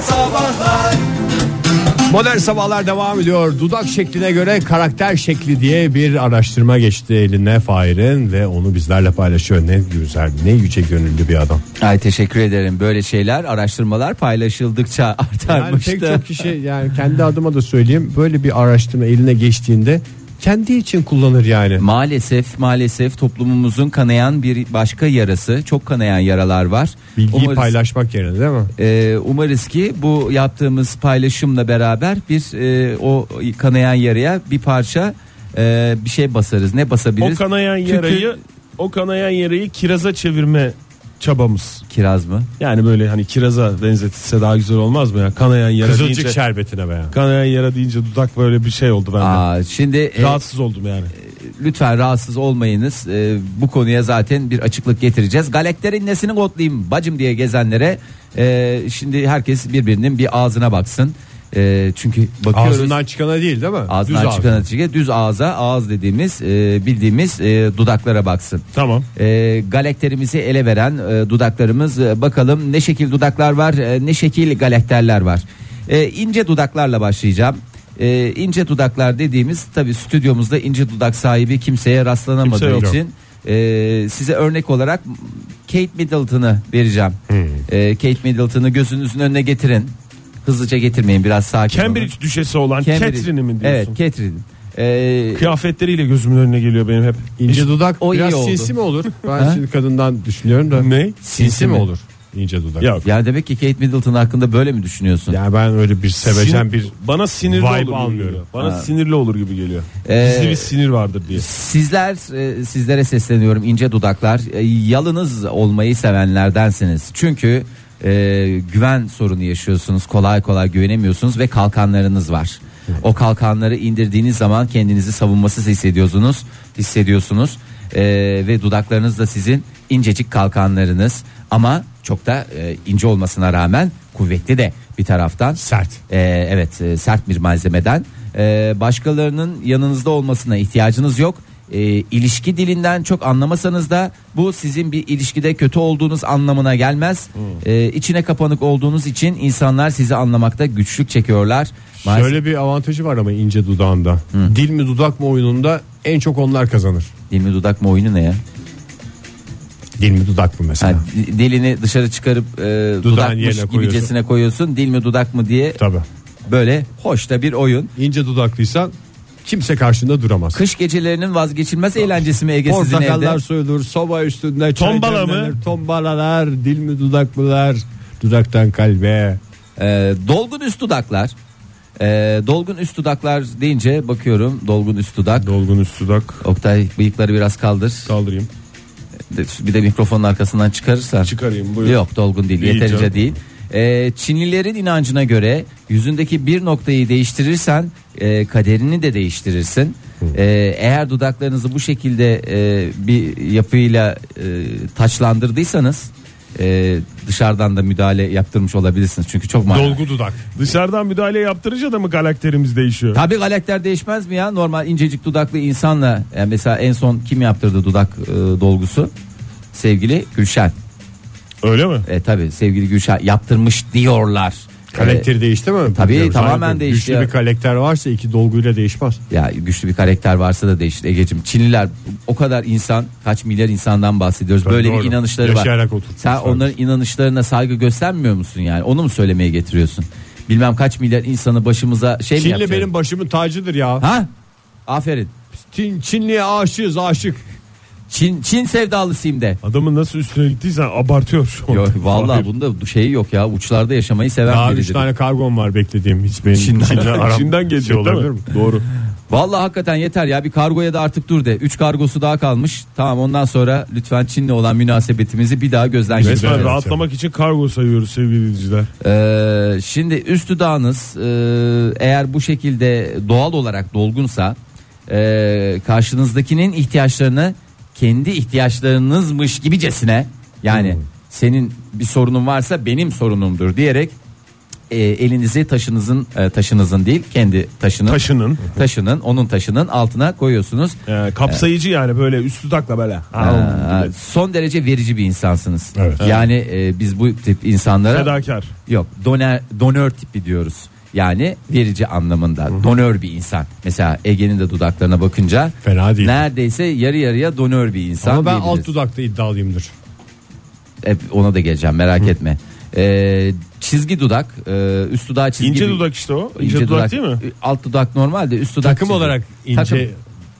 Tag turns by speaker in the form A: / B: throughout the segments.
A: Sabahlar
B: Modern sabahlar devam ediyor. Dudak şekline göre karakter şekli diye bir araştırma geçti eline Fahir'in ve onu bizlerle paylaşıyor. Ne güzel, ne yüce gönüllü bir adam.
C: Ay teşekkür ederim. Böyle şeyler, araştırmalar paylaşıldıkça
B: Yani
C: artarmıştı.
B: pek çok kişi yani kendi adıma da söyleyeyim böyle bir araştırma eline geçtiğinde kendi için kullanır yani.
C: Maalesef maalesef toplumumuzun kanayan bir başka yarası. Çok kanayan yaralar var.
B: Bilgiyi
C: Umarız-
B: paylaşmak yerine değil mi?
C: Ee, umarız ki bu yaptığımız paylaşımla beraber bir e, o kanayan yaraya bir parça e, bir şey basarız. Ne
A: O
C: basabiliriz?
A: kanayan
C: Tükür-
A: yarayı O kanayan yarayı kiraza çevirme çabamız
C: Kiraz mı?
A: Yani böyle hani kiraza benzetilse daha güzel olmaz mı ya Kanayan yara
B: Kızılcık
A: deyince
B: şerbetine be.
A: Kanayan yara deyince dudak böyle bir şey oldu bende
C: Aa, şimdi e,
A: Rahatsız oldum yani
C: lütfen rahatsız olmayınız. Ee, bu konuya zaten bir açıklık getireceğiz. Galakterin nesini kodlayayım bacım diye gezenlere e, şimdi herkes birbirinin bir ağzına baksın. E, çünkü bakıyoruz.
B: Ağzından çıkana değil değil mi?
C: Ağzından
B: Düz
C: çıkan
B: ağzı.
C: açıkça düz ağza ağız dediğimiz e, bildiğimiz e, dudaklara baksın.
A: Tamam
C: E, galakterimizi ele veren e, dudaklarımız e, bakalım ne şekil dudaklar var e, ne şekil galakterler var. E, ince dudaklarla başlayacağım. E, ince dudaklar dediğimiz tabi stüdyomuzda ince dudak sahibi kimseye
A: Kimse
C: rastlanamadığı
A: yok.
C: için e, size örnek olarak Kate Middleton'ı vereceğim.
A: Hmm.
C: E, Kate Middleton'ı gözünüzün önüne getirin. Hızlıca getirmeyin biraz sakin olun.
A: Cambridge düşesi olan
C: Cambridge.
A: Catherine'i mi diyorsun
C: Evet Catherine'in. Ee,
A: Kıyafetleriyle gözümün önüne geliyor benim hep
B: İnce dudak
C: O iyi
B: biraz
C: oldu.
B: sinsi mi olur? Ben şimdi kadından düşünüyorum da.
A: Ne?
B: Sinsi,
C: Sinsi
B: mi
C: mi?
B: olur? İnce dudak.
A: Yok
C: ya demek ki Kate Middleton hakkında böyle mi düşünüyorsun?
B: Yani ben öyle bir sevecen
A: Sinir-
B: bir
A: bana sinirli
B: vibe
A: olur gibi
B: almıyorum.
A: geliyor. Bana
C: Ha.
A: sinirli olur gibi geliyor.
C: Ee,
A: Gizli bir sinir vardır diye.
C: Sizler e, sizlere sesleniyorum ince dudaklar E, yalınız olmayı sevenlerdensiniz çünkü e, güven sorunu yaşıyorsunuz kolay kolay güvenemiyorsunuz ve kalkanlarınız var. O kalkanları indirdiğiniz zaman kendinizi savunmasız hissediyorsunuz hissediyorsunuz E, ve dudaklarınız da sizin incecik kalkanlarınız ama çok da e, ince olmasına rağmen kuvvetli de bir taraftan
B: sert.
C: ee, evet e, sert bir malzemeden Ee, başkalarının yanınızda olmasına ihtiyacınız yok Ee, ilişki dilinden çok anlamasanız da bu sizin bir ilişkide kötü olduğunuz anlamına gelmez
B: Hmm.
C: İçine içine kapanık olduğunuz için insanlar sizi anlamakta güçlük çekiyorlar Maalesef-
B: Şöyle bir avantajı var ama ince dudağında. Dil mi dudak mı oyununda en çok onlar kazanır.
C: dil mi dudak mı oyunu ne ya
B: Dil mi dudak mı mesela?
C: Ha, di- dilini dışarı çıkarıp e, dudakmış
B: yerine
C: gibicesine koyuyorsun. dil mi dudak mı diye
B: Tabii.
C: böyle hoş da bir oyun
B: İnce dudaklıysan kimse karşında duramaz.
C: kış gecelerinin vazgeçilmez eğlencesi mi Ege sizin evde
B: Portakallar soyulur, soba üstünde çay
A: Tombala mı?
B: demlenir, Tombalalar, dil mi dudak mılar? Dudaktan kalbe.
C: Ee, dolgun üst dudaklar. Ee, dolgun üst dudaklar deyince bakıyorum dolgun üst dudak.
A: Dolgun üst dudak
C: Oktay bıyıkları biraz kaldır.
A: kaldırayım.
C: Bir de mikrofonun arkasından çıkarırsan.
A: Çıkarayım buyur.
C: Yok dolgun değil,
A: Değil
C: yeterince
A: canım.
C: değil. Ee, Çinlilerin inancına göre yüzündeki bir noktayı değiştirirsen e, kaderini de değiştirirsin. Ee, eğer dudaklarınızı bu şekilde e, bir yapıyla e, taçlandırdıysanız e, dışarıdan da müdahale yaptırmış olabilirsiniz. Çünkü çok mal.
B: Dolgu dudak.
A: Dışarıdan müdahale yaptırınca da mı galakterimiz değişiyor?
C: Tabii galakter değişmez mi ya? Normal incecik dudaklı insanla yani mesela en son kim yaptırdı dudak e, dolgusu? Sevgili Gülşen.
A: Öyle mi?
C: E, tabii sevgili Gülşen yaptırmış diyorlar.
B: Karakteri değişti mi?
C: Ee, e, tabii,
B: Bilmiyorum.
C: tamamen
B: Zannediyorum.
C: değişti ya.
B: Güçlü bir karakter varsa iki dolguyla değişmez.
C: E, ya güçlü bir karakter varsa da değişir Egeciğim. Çinliler o kadar insan, kaç milyar insandan bahsediyoruz.
B: Tabii,
C: Böyle
B: doğru.
C: bir inanışları
B: Yaşayarak
C: var.
B: oturtmuşlar.
C: Sen onların inanışlarına saygı göstermiyor musun yani? Onu mu söylemeye getiriyorsun? Bilmem kaç milyar insanı başımıza şey mi
B: Çinli
C: yapacaksın?
B: benim başımın tacıdır ya.
C: Ha? Aferin.
B: Çin, Çinli'ye aşığız aşık.
C: Çin Çin sevdalısıyım de.
A: Adamın nasıl üstüne gittiysen abartıyor şu
C: Yok
A: anda.
C: vallahi
A: Hayır.
C: bunda şeyi yok ya. Uçlarda yaşamayı seven
B: Daha üç
C: biridir.
B: tane kargom var beklediğim. Hiç benim
C: Çin'den-
B: aram-
A: Çin'den
B: şey
A: geliyor
B: olabilir
A: olabilir
B: mi?
A: mi? Doğru.
C: Vallahi hakikaten yeter ya. Bir kargoya da artık dur de. 3 kargosu daha kalmış. Tamam ondan sonra lütfen Çin'le olan münasebetimizi bir daha gözden
A: Resmen
B: Evet.
C: geçirelim.
A: rahatlamak için kargo sayıyoruz sevgili dinleyiciler.
C: Ee, şimdi üst dudağınız e, eğer bu şekilde doğal olarak dolgunsa e, karşınızdakinin ihtiyaçlarını kendi ihtiyaçlarınızmış gibicesine yani senin bir sorunun varsa benim sorunumdur diyerek e, elinizi taşınızın e, taşınızın değil kendi taşının
A: Taşının.
C: taşının onun taşının altına koyuyorsunuz.
A: Ee, kapsayıcı yani böyle üstü takla böyle.
C: Aa, Ee, son derece verici bir insansınız.
B: Evet.
C: Yani e, biz bu tip insanlara
A: Fedakar.
C: Yok doner, donör tipi diyoruz. Yani verici anlamında donör bir insan. Mesela Ege'nin de dudaklarına bakınca
B: Fena değil.
C: neredeyse yarı yarıya donör bir insan.
B: Ama ben
C: diyebiliriz.
B: alt dudakta iddialıyımdır.
C: Hep ona da geleceğim merak etme. Ee, çizgi dudak, e, üst dudağı çizgi.
A: İnce
C: bir- E,
A: dudak işte o. İnce, dudak, değil mi?
C: Alt dudak normalde üst dudak.
B: Takım
C: çizgi.
B: olarak ince
C: Takım.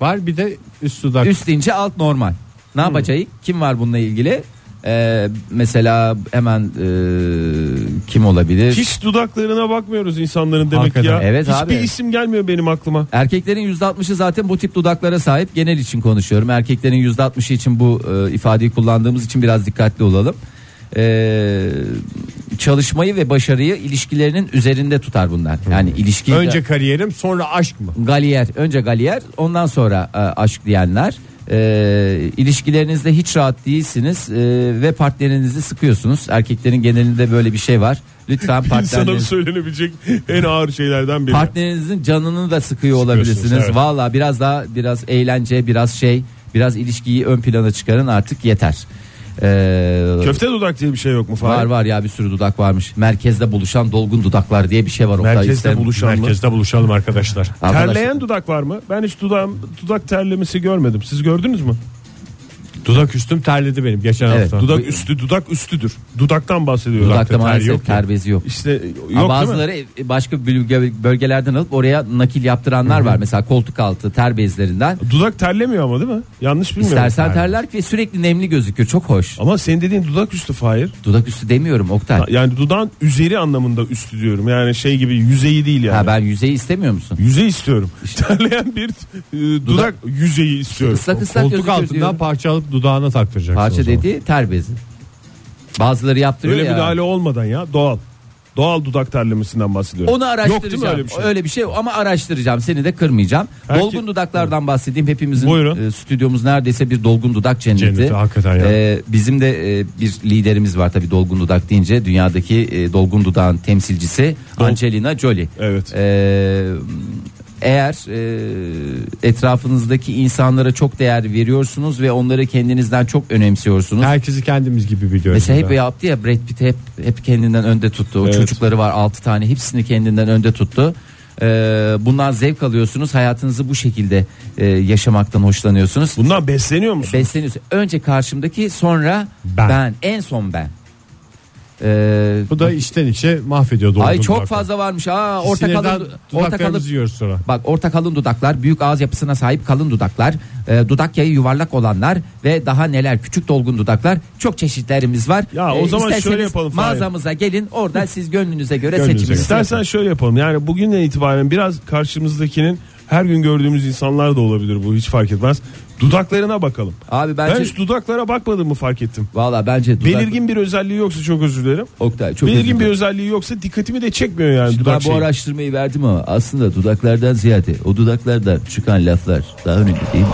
B: var bir de üst dudak.
C: Üst ince alt normal. Ne yapacağız? Kim var bununla ilgili? Ee, mesela hemen e, kim olabilir?
A: Hiç dudaklarına bakmıyoruz insanların demek ki
B: Hakikaten.
A: ya.
C: Evet
A: Hiçbir
C: abi.
A: isim gelmiyor benim aklıma.
C: Erkeklerin %60'ı zaten bu tip dudaklara sahip. Genel için konuşuyorum. Erkeklerin %60'ı için bu e, ifadeyi kullandığımız için biraz dikkatli olalım. Ee, çalışmayı ve başarıyı ilişkilerinin üzerinde tutar bunlar. Yani ilişki
B: Önce kariyerim sonra aşk mı?
C: galiyer, önce galiyer, ondan sonra e, aşk diyenler. Ee, ilişkilerinizde hiç rahat değilsiniz e, ve partnerinizi sıkıyorsunuz. Erkeklerin genelinde böyle bir şey var. Lütfen
A: İnsana
C: partnerinizi
A: söylenebilecek en ağır şeylerden biri.
C: Partnerinizin canını da sıkıyor olabilirsiniz.
A: evet.
C: Valla biraz daha biraz eğlence, biraz şey, biraz ilişkiyi ön plana çıkarın artık yeter. Ee,
A: Köfte dudak diye bir şey yok mu Fahir?
C: var var ya bir sürü dudak varmış. Merkezde buluşan dolgun dudaklar diye bir şey var. Oktay
A: Merkezde
C: isterim.
A: buluşan mı?
B: Merkezde buluşalım arkadaşlar.
C: Arkadaşlar,
A: Terleyen dudak var mı? Ben hiç dudağım, dudak terlemesi görmedim. Siz gördünüz mü?
B: Dudak üstüm terledi benim geçen
C: Evet,
B: hafta.
A: Dudak üstü, dudak üstüdür. Dudaktan bahsediyoruz.
C: dudakta
A: Hakikaten.
C: maalesef
B: yok ya.
C: ter bezi yok.
A: İşte yok
C: Ama
A: değil mi?
C: bazıları başka bölge- bölgelerden alıp oraya nakil yaptıranlar var. Mesela koltuk altı ter bezlerinden.
A: Dudak terlemiyor ama değil mi? Yanlış bilmiyorum.
C: İstersen terler ve sürekli nemli gözükür. Çok hoş.
A: Ama senin dediğin dudak üstü Fahir.
C: Dudak üstü demiyorum Oktay.
A: Yani dudağın üzeri anlamında üstü diyorum. Yani şey gibi yüzeyi değil yani.
C: Ha, ben yüzeyi istemiyor musun?
A: Yüzey istiyorum. Terleyen bir e, dudak,
C: Dudak-
A: yüzeyi istiyorum.
C: Islak ıslak
B: Koltuk
C: gözüküyor diyorum.
B: altından parça alıp dudağına taktıracaksın. o
C: Parça
B: zaman.
C: dediği ter bezi. Bazıları yaptırıyor
A: Öyle
C: ya.
A: müdahale olmadan ya doğal. Doğal dudak terlemesinden bahsediyorum.
C: Onu
A: Yok
C: araştıracağım.
A: değil mi öyle bir şey?
C: ama araştıracağım. Seni de kırmayacağım.
A: Erkek-
C: Dolgun dudaklardan bahsedeyim. Hepimizin
A: Buyurun.
C: e, stüdyomuz neredeyse bir dolgun dudak cenneti.
B: Cenneti, hakikaten ya.
C: E, bizim de e, bir liderimiz var tabii dolgun dudak deyince dünyadaki e, dolgun dudağın temsilcisi Angelina Jolie.
A: Evet.
C: E, eğer e, etrafınızdaki insanlara çok değer veriyorsunuz ve onları kendinizden çok önemsiyorsunuz.
B: Herkesi kendimiz gibi biliyoruz.
C: Mesela hep
B: Ben.
C: yaptı ya Brad Pitt hep hep kendinden önde tuttu. O
A: Evet.
C: çocukları var 6 tane hepsini kendinden önde tuttu. Ee, bundan zevk alıyorsunuz. Hayatınızı bu şekilde e, yaşamaktan hoşlanıyorsunuz.
A: Bundan besleniyor musun?
C: Besleniyorsunuz. Önce karşımdaki sonra
B: Ben.
C: ben, en son ben. Ee,
B: Bu da içten içe mahvediyor dolgun
C: ay çok
B: dudakları.
C: fazla varmış. Aa
B: Biz
C: orta
B: sinirden
C: kalın orta kalın
B: dudaklarımızı yiyoruz sonra.
C: Bak orta kalın dudaklar, büyük ağız yapısına sahip kalın dudaklar, e, dudak yayı yuvarlak olanlar ve daha neler küçük dolgun dudaklar çok çeşitlerimiz var. E,
A: Ya o zaman
C: isterseniz
A: şöyle yapalım Fahir.
C: Mağazamıza gelin orada siz gönlünüze göre
B: Gönlünüze
C: seçiminizi
A: İstersen şöyle yapalım. Yani bugünden itibaren biraz karşımızdakinin her gün gördüğümüz insanlar da olabilir bu hiç fark etmez. Dudaklarına bakalım.
C: Abi bence
A: Ben hiç dudaklara bakmadığımı fark ettim.
C: valla bence dudak
A: Belirgin bir özelliği yoksa çok özür dilerim.
C: Oktay çok özür
A: Belirgin bir şey-
C: dilerim.
A: özelliği yoksa dikkatimi de çekmiyor yani
C: ben
A: dudak
C: bu
A: şeyi.
C: araştırmayı verdim ama aslında dudaklardan ziyade o dudaklardan çıkan laflar daha önemli değil mi?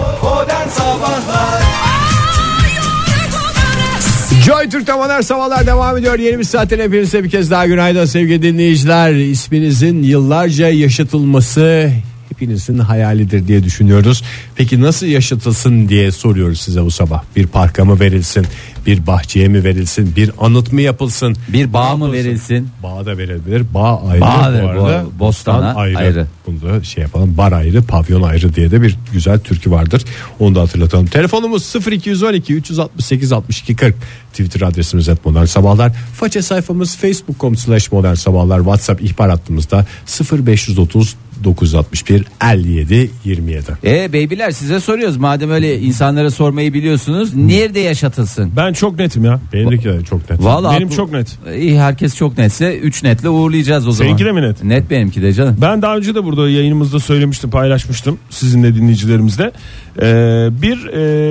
B: Joy Türk Modern Sabahlar devam ediyor. Yeni bir saatin hepinize bir kez daha günaydın sevgili dinleyiciler. İsminizin yıllarca yaşatılması hepinizin hayalidir diye düşünüyoruz. Peki nasıl yaşatılsın diye soruyoruz size bu sabah. Bir parka mı verilsin? Bir bahçeye mi verilsin? Bir anıt mı yapılsın?
C: Bir bağ mı
B: Yapılsın.
C: verilsin?
B: Bağ da verilebilir. Bağ ayrı
C: Bağ
B: bu
C: ve
B: arada.
C: bo- bostana ayrı.
B: Bunu da şey yapalım. Bar ayrı, pavyon ayrı diye de bir güzel türkü vardır. Onu da hatırlatalım. Telefonumuz 0212 368 62 40. Twitter adresimiz et modern sabahlar. Faça sayfamız facebook.com slash modern sabahlar. Whatsapp ihbar hattımızda 0530 961 57 27.
C: E beybiler size soruyoruz madem öyle insanlara sormayı biliyorsunuz nerede yaşatılsın?
A: Ben çok netim ya.
B: Benimki de çok net.
C: Vallahi
A: Benim
C: aklı-
A: çok net.
C: İyi herkes çok netse 3 netle uğurlayacağız o zaman.
A: Seninki de mi net?
C: Net benimki de canım.
A: Ben daha önce de burada yayınımızda söylemiştim, paylaşmıştım sizinle dinleyicilerimizle. Ee, bir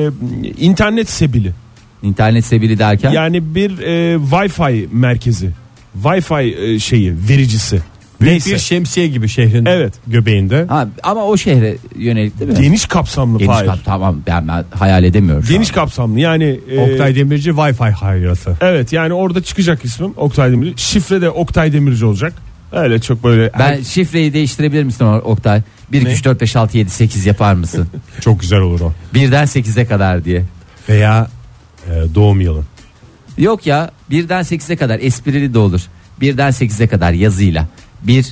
A: e, internet sebili.
C: İnternet sebili derken
A: Yani bir e, Wi-Fi merkezi. Wi-Fi e, şeyi, vericisi. Neyse.
B: Bir şemsiye gibi şehrin
A: Evet.
B: göbeğinde.
C: ha, ama o şehre yönelik değil mi?
A: Geniş kapsamlı
C: Geniş
A: Fahir.
C: kap- tamam ben, ben hayal edemiyorum. şu
A: Geniş
C: an.
A: kapsamlı yani. e,
B: Oktay Demirci Wi-Fi hayratı.
A: Evet yani orada çıkacak ismim Oktay Demirci. Şifre de Oktay Demirci olacak. Öyle çok böyle
C: Ben şifreyi değiştirebilir misin Oktay? 1 2 3 4 5 6 7 8 yapar mısın?
B: Çok güzel olur o.
C: birden 8'e kadar diye.
B: Veya e, doğum yılın.
C: Yok ya birden 8'e kadar esprili de olur. Birden 8'e kadar yazıyla. Bir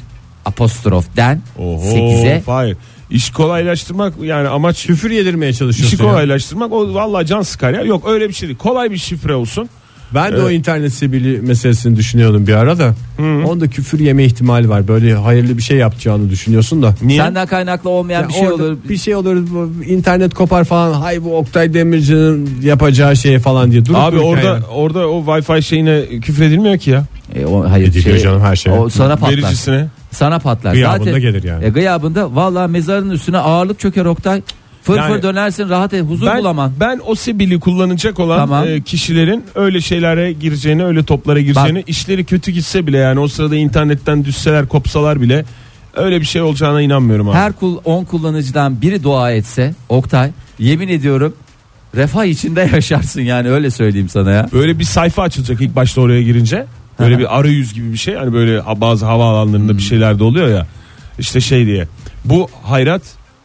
C: apostrofden
A: Oho,
C: 8'e
A: Fahir. İş kolaylaştırmak yani amaç
B: Küfür yedirmeye çalışıyorsun.
A: işi
B: ya.
A: kolaylaştırmak o vallahi can sıkar ya. Yok öyle bir şey değil. Kolay bir şifre olsun.
B: Ben de o internet sibili meselesini düşünüyordum bir ara da. Onda küfür yeme ihtimali var. Böyle hayırlı bir şey yapacağını düşünüyorsun da.
A: Niye?
C: senden kaynaklı olmayan
B: Ya
C: bir şey
B: orada
C: olur.
B: Bir şey olur. bu internet kopar falan. Hay bu Oktay Demirci'nin yapacağı şey falan diye. Durup
A: Abi
B: dururken
A: orada
B: yani.
A: orada o Wi-Fi şeyine küfredilmiyor ki ya.
C: E, o, hayır
B: Ediliyor canım her şey.
C: O sana patlar.
A: Vericisine.
C: Sana patlar.
B: Gıyabında
C: Zaten,
B: gelir yani.
C: E, gıyabında valla mezarın üstüne ağırlık çöker Oktay. Fır
A: Yani-
C: fır dönersin rahat et huzur
A: Ben,
C: bulamam.
A: ben o sibili kullanacak olan
C: Tamam.
A: e, kişilerin öyle şeylere gireceğini, öyle toplara gireceğini, işleri kötü gitse bile yani o sırada internetten düşseler, kopsalar bile öyle bir şey olacağına inanmıyorum abi.
C: Her kul 10 kullanıcıdan biri dua etse Oktay yemin ediyorum refah içinde yaşarsın yani öyle söyleyeyim sana ya.
A: Böyle bir sayfa açılacak ilk başta oraya girince. Böyle bir arayüz gibi bir şey. Hani böyle bazı
C: Hmm.
A: havaalanlarında bir şeyler de oluyor ya. İşte şey diye. Bu hayrat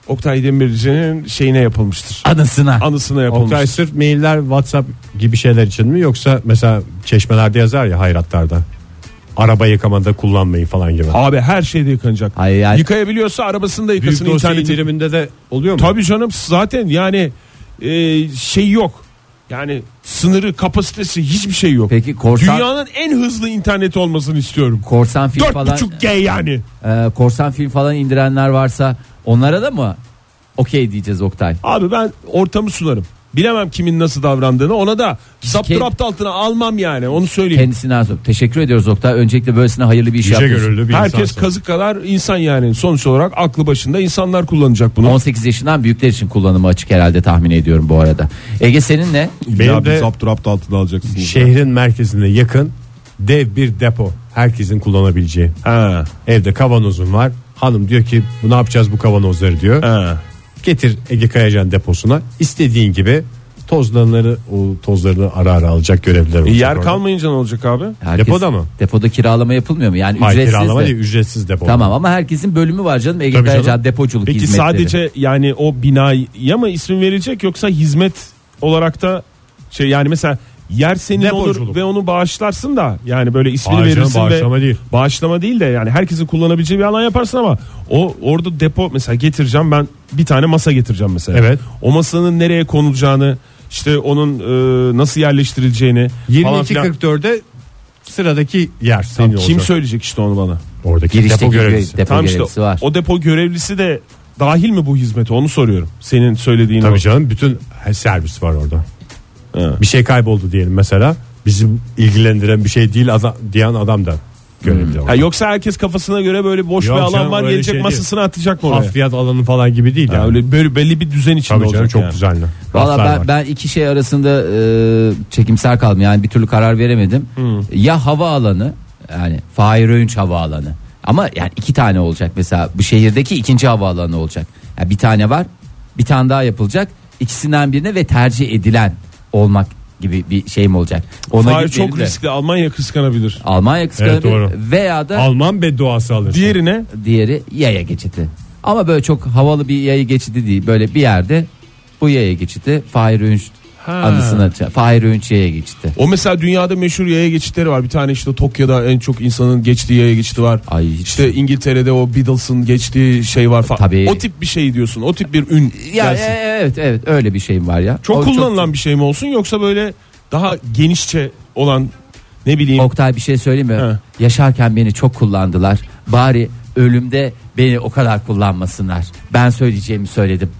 A: Oktay Demirci'nin şeyine yapılmıştır.
C: Anısına.
A: Anısına
B: Oktay
A: yapılmıştır.
B: sırf mailler WhatsApp gibi şeyler için mi yoksa mesela çeşmelerde yazar ya hayratlarda. Araba yıkamada kullanmayın falan gibi.
A: Abi her şeyde yıkanacak.
C: Hayır, yani-
A: Yıkayabiliyorsa arabasını da
B: Büyük
A: yıkasın
B: dosya
A: interneti.
B: indiriminde de oluyor mu?
A: Tabii canım zaten yani e, şey yok. Yani sınırı, kapasitesi hiçbir şey yok.
C: Peki korsan
A: Dünyanın en hızlı interneti olmasını istiyorum.
C: korsan film falan
A: 4.5G yani.
C: e, korsan film falan indirenler varsa onlara da mı okey diyeceğiz Oktay?
A: Abi ben ortamı sunarım. Bilemem kimin nasıl davrandığını. Ona da zapturapt altına almam yani. Onu söyleyeyim.
C: Kendisine arzu- Teşekkür ediyoruz Oktay. Öncelikle böylesine hayırlı bir iş
B: Yüce
C: yapıyorsun.
B: gönüllü bir
A: Herkes
B: insansın.
A: kazık kadar insan yani. Sonuç olarak aklı başında insanlar kullanacak bunu.
C: 18 yaşından büyükler için kullanımı açık herhalde tahmin ediyorum bu arada. Ege senin ne?
B: Benim de-
A: zapturapt altına alacaksın.
B: Şehrin merkezine yakın dev bir depo. Herkesin kullanabileceği.
A: Ha,
B: Evde kavanozum var. Hanım diyor ki bu ne yapacağız bu kavanozları diyor.
A: ha.
B: Getir Ege Kayacan deposuna. istediğin gibi tozlarını o tozlarını ara ara alacak görevliler olacak.
A: Yer
B: orada.
A: kalmayınca ne olacak abi?
C: Herkes-
B: Depoda mı?
C: Depoda kiralama yapılmıyor mu? Yani
B: Hayır
C: ücretsiz
B: kiralama
C: de.
B: değil ücretsiz depo.
C: Tamam ama herkesin bölümü var canım. Ege
B: Tabii
C: Kayacan
B: canım.
C: depoculuk
A: Peki
C: hizmetleri.
A: sadece yani o binaya mı isim verilecek yoksa hizmet olarak da şey yani mesela yer senin olur
B: Depoculuk.
A: ve onu bağışlarsın da yani böyle ismini
B: Bağışlama,
A: verirsin
B: bağışlama
A: ve
B: değil.
A: bağışlama değil de yani herkesin kullanabileceği bir alan yaparsın ama o orada depo mesela getireceğim ben bir tane masa getireceğim mesela.
B: Evet.
A: O masanın nereye konulacağını işte onun e, nasıl yerleştirileceğini falan filan.
B: 22.44'de sıradaki yer senin
A: Kim
B: olacak.
A: söyleyecek işte onu bana?
B: Oradaki
C: Girişteki
B: depo
C: görev-
B: görevlisi.
C: depo
A: Tamam işte
C: görevlisi var.
A: o depo görevlisi de dahil mi bu hizmete onu soruyorum. Senin söylediğin o.
B: Tabii canım bütün her servis var orada.
A: Evet.
B: Bir şey kayboldu diyelim mesela. Bizi ilgilendiren bir şey değil adam, diyen adam da görevli.
A: Ha,
B: orada.
A: yoksa herkes kafasına göre böyle boş
B: Yok
A: bir alan
B: canım,
A: var
B: öyle
A: gelecek
B: şey
A: masasını atacak mı oraya?
B: Hafriyat alanı falan gibi değil
A: Ha,
B: yani.
A: öyle böyle belli bir düzen içinde
B: Tabii
A: olacak.
B: canım çok
A: yani.
B: düzenli.
C: Valla
B: Raflar
C: ben,
B: var.
C: ben iki şey arasında e, çekimser kaldım yani bir türlü karar veremedim.
B: Hmm.
C: Ya havaalanı yani Fahir Öğünç havaalanı ama yani iki tane olacak mesela bu şehirdeki ikinci havaalanı olacak. Yani bir tane var bir tane daha yapılacak ikisinden birine ve tercih edilen olmak gibi bir şeyim olacak. Ona
A: Hayır
C: gitmeyelim
A: çok
C: de.
A: riskli Almanya kıskanabilir.
C: Almanya
B: Evet,
C: kıskanabilir
B: doğru.
C: veya da
B: Alman bedduası alır.
A: Diğerine
C: diğeri yaya geçidi. Ama böyle çok havalı bir yaya geçidi değil. Böyle bir yerde bu yaya geçidi Fahir Öğünç anısına Fahir Öğünç yaya geçidi.
A: o mesela dünyada meşhur yaya geçitleri var. Bir tane işte Tokyo'da en çok insanın geçtiği yaya geçidi var.
C: Ay hiç-
A: İşte İngiltere'de o Beatles'ın geçtiği şey var falan.
C: Tabii.
A: O tip bir şey diyorsun. O tip bir ün.
C: ya
A: gelsin.
C: e- evet evet öyle bir şeyim var ya.
A: çok
C: O
A: kullanılan bir şey mi olsun yoksa böyle daha genişçe olan ne bileyim
C: Oktay bir şey söyleyeyim mi?
A: He.
C: Yaşarken beni çok kullandılar. Bari ölümde beni o kadar kullanmasınlar. Ben söyleyeceğimi söyledim.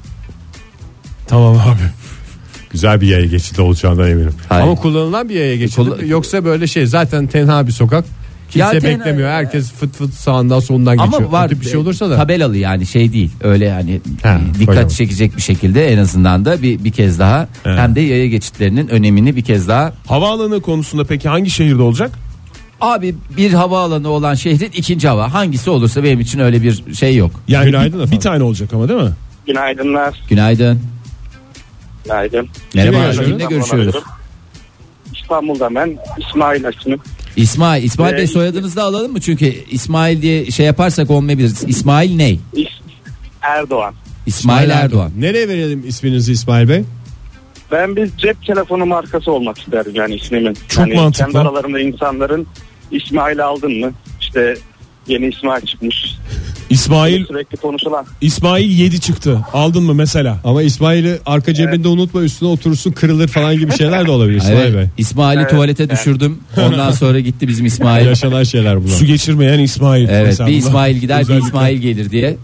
A: tamam abi.
B: Güzel bir yaya geçidi olacağına eminim.
C: Hayır.
B: Ama kullanılan bir yaya geçidi
C: Kullan-
B: mi? yoksa böyle şey zaten tenha bir sokak. Kimse
C: Ya tenha-
B: beklemiyor. Herkes fıt fıt sağından solundan
C: Ama
B: geçiyor. O
C: var
B: tip bir şey olursa da.
C: tabelalı yani şey değil. Öyle yani e,
B: Ha,
C: dikkat
B: koyalım.
C: çekecek bir şekilde en azından da bir bir kez daha hem de yaya geçitlerinin önemini bir kez daha
A: Havaalanı konusunda peki hangi şehirde olacak?
C: Abi bir havaalanı olan şehrin ikinci hava hangisi olursa benim için öyle bir şey yok.
A: Yani
B: Günaydın
A: bir,
B: efendim.
A: bir tane olacak ama değil mi?
D: Günaydınlar.
C: Günaydın.
D: Günaydın.
C: Merhaba.
B: görüşüyoruz?
C: Kimle görüşüyoruz?
D: İstanbul'da ben İsmail Açınık.
C: İsmail, İsmail
D: Ee,
C: Bey soyadınızı da alalım mı? Çünkü İsmail diye şey yaparsak olmayabiliriz. İsmail ney?
D: İs- Erdoğan.
C: İsmail Erdoğan.
B: Nereye verelim isminizi İsmail Bey?
D: Ben bir cep telefonu markası olmak isterim yani ismimin.
A: Çok
D: yani
A: mantıklı.
D: Kendi aralarında insanların İsmail aldın mı? İşte yeni İsmail çıkmış.
A: İsmail
D: Sürekli konuşulan.
A: İsmail 7 çıktı. Aldın mı mesela?
B: Ama İsmail'i arka cebinde unutma üstüne oturursun kırılır falan gibi şeyler de olabilir İsmail
C: Evet,
B: Bey.
C: İsmail'i
D: Evet,
C: tuvalete düşürdüm. Ondan sonra gitti bizim İsmail.
B: Yaşanan şeyler bunlar.
A: Su geçirmeyen İsmail.
C: Evet,
A: Mesela
C: bir
A: bunlar
C: İsmail gider, bir
A: özellikle.
C: İsmail gelir diye.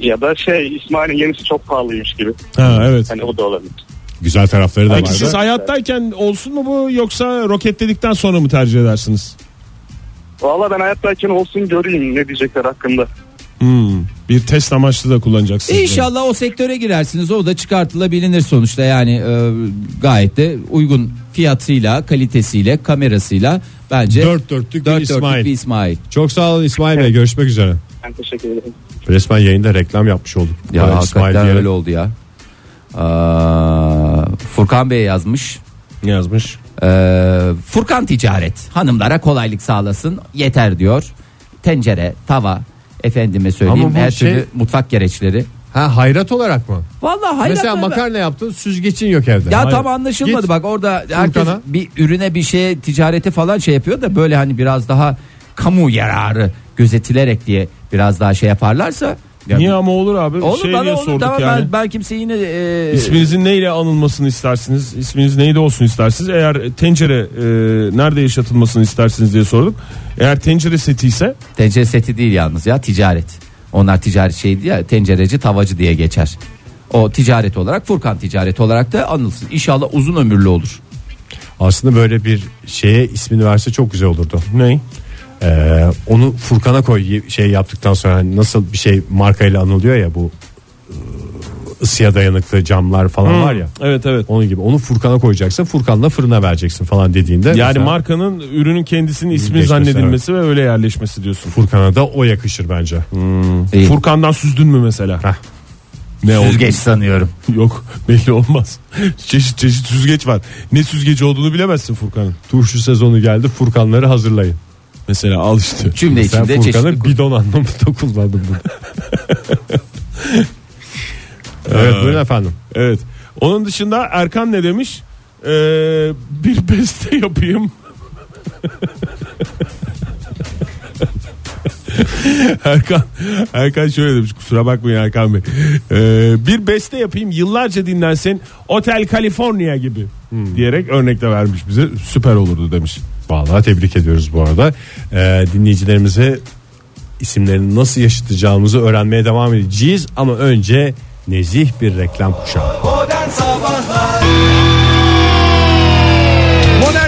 D: Ya da şey İsmail'in yenisi çok pahalıymış gibi.
A: Ha evet.
D: Hani o da olabilir.
B: Güzel tarafları da
A: Peki
B: var.
A: siz hayattayken olsun mu bu yoksa roketledikten sonra mı tercih edersiniz?
D: Valla ben hayattayken olsun göreyim ne diyecekler hakkında.
A: Hmm, bir test amaçlı da kullanacaksınız.
C: İnşallah o sektöre girersiniz. O da çıkartılabilir sonuçta. Yani e, gayet de uygun fiyatıyla, kalitesiyle, kamerasıyla bence
B: Dört dörtlük bir
C: dört
B: İsmail.
C: bir İsmail.
B: Çok sağ olun İsmail Bey. Görüşmek üzere.
D: Ben teşekkür ederim.
B: Resmen yayında reklam yapmış olduk.
C: Ya
B: Bayağı
C: hakikaten
B: İsmail
C: öyle
B: diyerek.
C: oldu ya. Aa, Furkan Bey yazmış.
A: Ne yazmış?
C: Ee, Furkan Ticaret hanımlara kolaylık sağlasın yeter diyor. Tencere, tava, efendime söyleyeyim
B: Ama bu
C: her
B: şey-
C: türlü mutfak gereçleri.
B: Ha hayrat olarak mı?
C: Vallahi hayran
B: Mesela
C: ben-
B: makarna yaptın süzgecin yok evde.
C: Ya
B: Hayır.
C: tam anlaşılmadı
B: Git.
C: bak orada herkes
B: Furkan'a.
C: bir ürüne bir şeye ticarete falan şey yapıyor da böyle hani biraz daha kamu yararı gözetilerek diye biraz daha şey yaparlarsa. Ya
A: Niye ama olur abi.
C: Olur
A: şey
C: bana
A: diye
C: olur
A: sorduk
C: tamam
A: yani.
C: ben, ben kimseyi yine e,
A: İsminizin neyle anılmasını istersiniz? İsminiz neydi olsun istersiniz? Eğer tencere e, nerede yaşatılmasını istersiniz diye sorduk. Eğer tencere seti ise
C: Tencere seti değil yalnız ya ticaret. Onlar ticaret şeydi ya tencereci tavacı diye geçer. O ticaret olarak Furkan ticaret olarak da anılsın. İnşallah uzun ömürlü olur.
B: Aslında böyle bir şeye ismini verse çok güzel olurdu.
A: ney?
B: Ee, onu Furkan'a koy ye- şey yaptıktan sonra hani nasıl bir şey markayla anılıyor ya bu ıı, ısıya dayanıklı camlar falan var ya.
A: Hmm. Evet evet.
B: Onun gibi onu Furkan'a koyacaksın Furkan'la fırına vereceksin falan dediğinde.
A: Yani
B: mesela
A: markanın ürünün kendisinin ismi
B: Geçmesi,
A: zannedilmesi ve öyle yerleşmesi diyorsun.
B: Furkan'a da o yakışır bence.
C: İyi.
A: Furkan'dan süzdün mü mesela?
B: Heh.
A: Ne oldu?
C: Süzgeç sanıyorum.
A: Yok belli olmaz. çeşit çeşit süzgeç var. Ne süzgeci olduğunu bilemezsin Furkan'ın.
B: Turşu sezonu geldi Furkan'ları hazırlayın.
A: Mesela al işte.
C: Cümle
B: Sen
C: içinde çeşitli
B: Furkan'ı bidon anlamında kullandım bunu. evet
A: Ee.
B: buyurun efendim.
A: Evet. Onun dışında Erkan ne demiş? Ee, bir beste yapayım. Erkan Erkan şöyle demiş kusura bakmayın Erkan Bey Ee, bir beste yapayım yıllarca dinlensin Otel California gibi diyerek örnek de vermiş bize süper olurdu demiş
B: Vallahi tebrik ediyoruz bu arada. Ee, dinleyicilerimize isimlerini nasıl yaşatacağımızı öğrenmeye devam edeceğiz. Ama önce nezih bir reklam kuşağı. Modern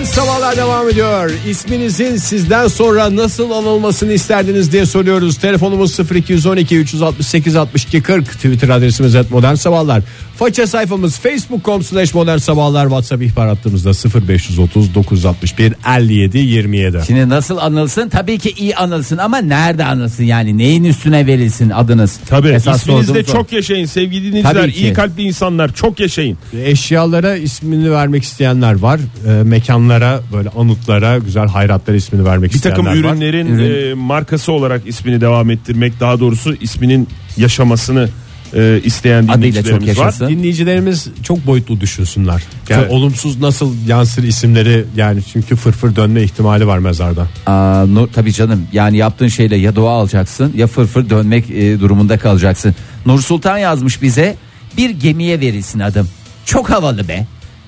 B: Sabahlar devam ediyor. İsminizin sizden sonra nasıl anılmasını isterdiniz diye soruyoruz. Telefonumuz 0212 368 62 40. Twitter adresimiz @modernsabahlar. Modern Sabahlar. Faça sayfamız facebook.com slash modern sabahlar. WhatsApp ihbar hattımızda 0530 961 57 27.
C: Şimdi nasıl anılsın? Tabii ki iyi anılsın ama nerede anılsın? Yani neyin üstüne verilsin adınız?
A: Tabii
C: Esas
A: isminizde
C: sorduğumuz o.
A: çok yaşayın sevgili dinleyiciler
C: Tabii ki.
A: iyi kalpli insanlar çok yaşayın
B: Eşyalara ismini vermek isteyenler var. Ee, mekanlara böyle anıtlara güzel hayratlara ismini vermek
A: Bir takım
B: isteyenler var.
A: ürünlerin
C: Ürün.
A: e, markası olarak ismini devam ettirmek daha doğrusu isminin yaşamasını e, isteyen
C: Adıyla
A: dinleyicilerimiz
C: çok
A: var.
C: yaşasın.
B: Dinleyicilerimiz çok boyutlu düşünsünler. Yani
A: Tabii.
B: olumsuz nasıl yansır isimleri yani çünkü fırfır dönme ihtimali var mezarda.
C: Aa, Nur, tabii canım yani yaptığın şeyle ya dua alacaksın ya fırfır dönmek e, durumunda kalacaksın. Nur Sultan yazmış bize bir gemiye verilsin adım. Çok havalı be.